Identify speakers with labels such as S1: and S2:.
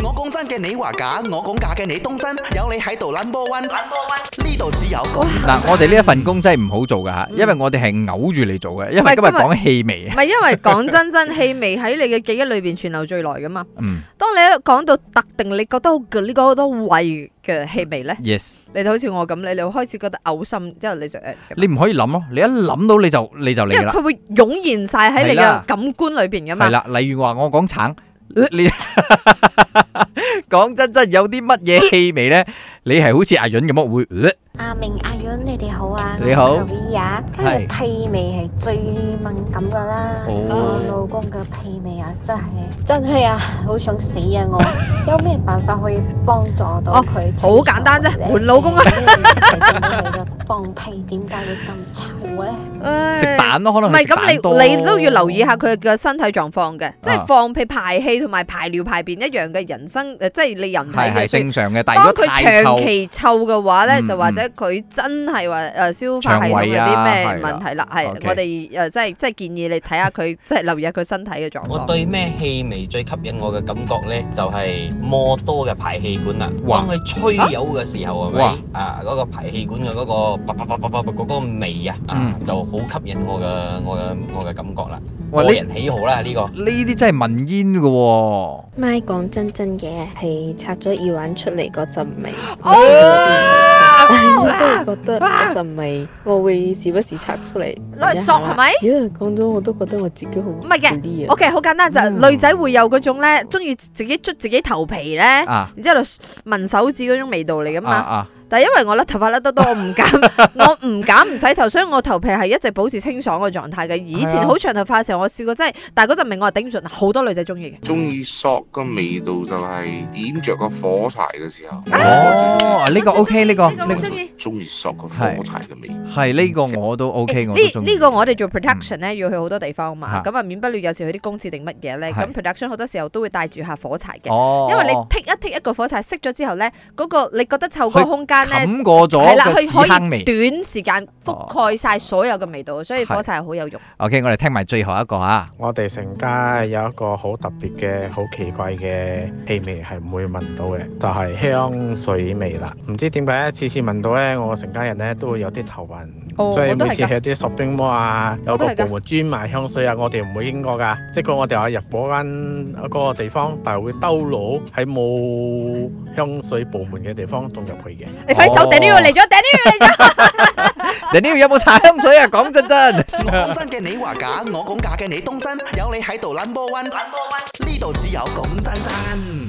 S1: 我講真嘅，你話 假；我講假嘅，你當真。有你喺度 number one，number one，呢度只有講
S2: 嗱，我哋呢一份工真係唔好做噶
S3: 嗯
S2: 吓，因為我哋係嘔住嚟做嘅，因為今日講氣味啊
S3: 唔，係因為講真真，氣味喺你嘅記憶裏邊存留最耐噶嘛。
S2: 嗯
S3: 當你一講到特定，你覺得好呢個好多胃嘅氣味咧，
S2: ，yes，
S3: 你就好似我咁，你你會開始覺得嘔心，之後你就誒，
S2: 你唔可以諗咯，你一諗到你就你就
S3: 因
S2: 嚟
S3: 為
S2: 啦，
S3: 佢會湧現晒喺你
S2: 係啦
S3: 嘅感官裏邊噶嘛
S2: 係。啦，例如話我講橙，你 講真真有啲乜嘢氣味咧？你係好似阿潤咁樣會，呃
S4: 阿明、阿潤，你哋好啊！
S2: 你好
S4: v i a 今
S2: 係
S4: 日屁味係最敏感噶啦。
S2: 哦
S4: 我老公嘅屁味啊，真係真係啊，好想死啊！ 我有咩辦法可以幫助到
S3: 哦
S4: 佢？
S3: 好簡單啫換老公啊
S4: 啊！佢嘅放屁點解會咁臭咧？
S3: 唉
S2: 食蛋咯，可
S3: 唔
S2: 能
S3: 係
S2: 係食蛋多
S3: 咁，你你都要留意下佢嘅身體狀況嘅，即
S2: 啊
S3: 係放屁排氣同埋排尿排便一樣嘅人生，誒即係你人體
S2: 係係
S3: 嘅需要。
S2: 正常嘅，但係
S3: 當
S2: 如果太
S3: 佢
S2: 臭
S3: 長，期臭嘅話咧，
S2: 嗯
S3: 就或者佢真係話誒消化系統
S2: 腸
S3: 有啲
S2: 胃啊
S3: 咩問題啦，係
S2: OK
S3: 我哋誒即係即係建議你睇 下佢，即係留意下佢身體嘅狀
S5: 我
S3: 況。
S5: 對咩氣味最吸引我嘅感覺咧，就係、摩多嘅排氣管啦。
S2: 哇
S5: 當佢吹油嘅時候係咪
S2: 哇
S5: 啊？嗰、個排氣管嘅嗰、個叭叭叭叭叭叭嗰個味啊，啊
S2: 嗯
S5: 就好吸引我嘅我嘅我嘅感覺啦。
S2: 哇
S5: 個
S2: 呢
S5: 人喜好啦呢、個。
S2: 呢啲真係聞煙嘅喎。
S6: 咪講真真嘅，係拆咗耳環出嚟嗰陣味，
S3: 啊 哦，
S6: 我都係覺得嗰陣味，我會時不時拆出嚟
S3: 攞嚟索係咪
S6: 咦，講到我都覺得我自啊己好
S3: 唔係嘅
S6: 嘅
S3: ，OK，好簡單就
S6: 嗯
S3: 係女仔會有嗰種咧，中意自己捽自己頭皮咧，然
S2: 啊
S3: 之後就聞手指嗰種味道嚟噶
S2: 啊
S3: 嘛。
S2: 啊！
S3: 但係因為我甩頭髮甩得多，我 唔敢，我唔敢唔洗頭，所以我頭皮係一直保持清爽嘅狀態嘅。以
S2: 係啊
S3: 前好長頭髮嘅時候，我試過真係，但係嗰陣味我係頂唔順，好多女仔中意嘅。
S7: 中意索嘅味道就係點着個火柴嘅時候，
S2: 哦，呢個 OK，呢個
S3: 呢
S2: 呢
S3: 我中啊意。
S7: 中意索個火
S2: 係
S7: 柴嘅味。
S2: 係呢個我都 OK，我都
S3: 呢
S2: 中意。嗯
S3: 呢個我哋做 production 咧，要去好多地方嘛，
S2: 嚇
S3: 咁啊免不了有時去啲公廁定乜嘢咧，
S2: 係
S3: 咁 production 好多時候都會帶住下火柴嘅，
S2: 哦，
S3: 因為你剔一剔一個火柴熄咗之後咧，嗰個你覺得臭嗰個
S2: 佢
S3: 空間咧，
S2: 冚過
S3: 係啦，
S2: 咗個
S3: 佢
S2: 屎坑
S3: 可
S2: 味哦
S3: 以。短時間覆蓋晒所有嘅味道，所以
S2: 係哦
S3: 火柴係好有用。
S2: OK，我哋聽埋最後一個啊。
S8: 我哋成家有一個好特別嘅、好奇怪嘅氣味係唔會聞到嘅，就係、香水味啦。唔知點解次次聞到咧，我成家人咧都會有啲頭暈。
S3: 哦
S8: 所以
S3: 我都係
S8: 每次
S3: 㗎
S8: 去啲 shopping mall 啊，有個
S3: 我都係㗎
S8: 部門專賣香水啊，我哋唔會經過㗎。即係我哋話入嗰間嗰個地方，但係會兜路喺冇香水部門嘅地方仲入去嘅。
S3: 你快啲走，頂呢個嚟咗，頂呢個嚟咗。
S2: 人哋有冇搽香水啊？講真 真，
S1: 我講真嘅，你話假；我講假嘅，你當真。有你喺度 number one，number one，呢度只有講真真。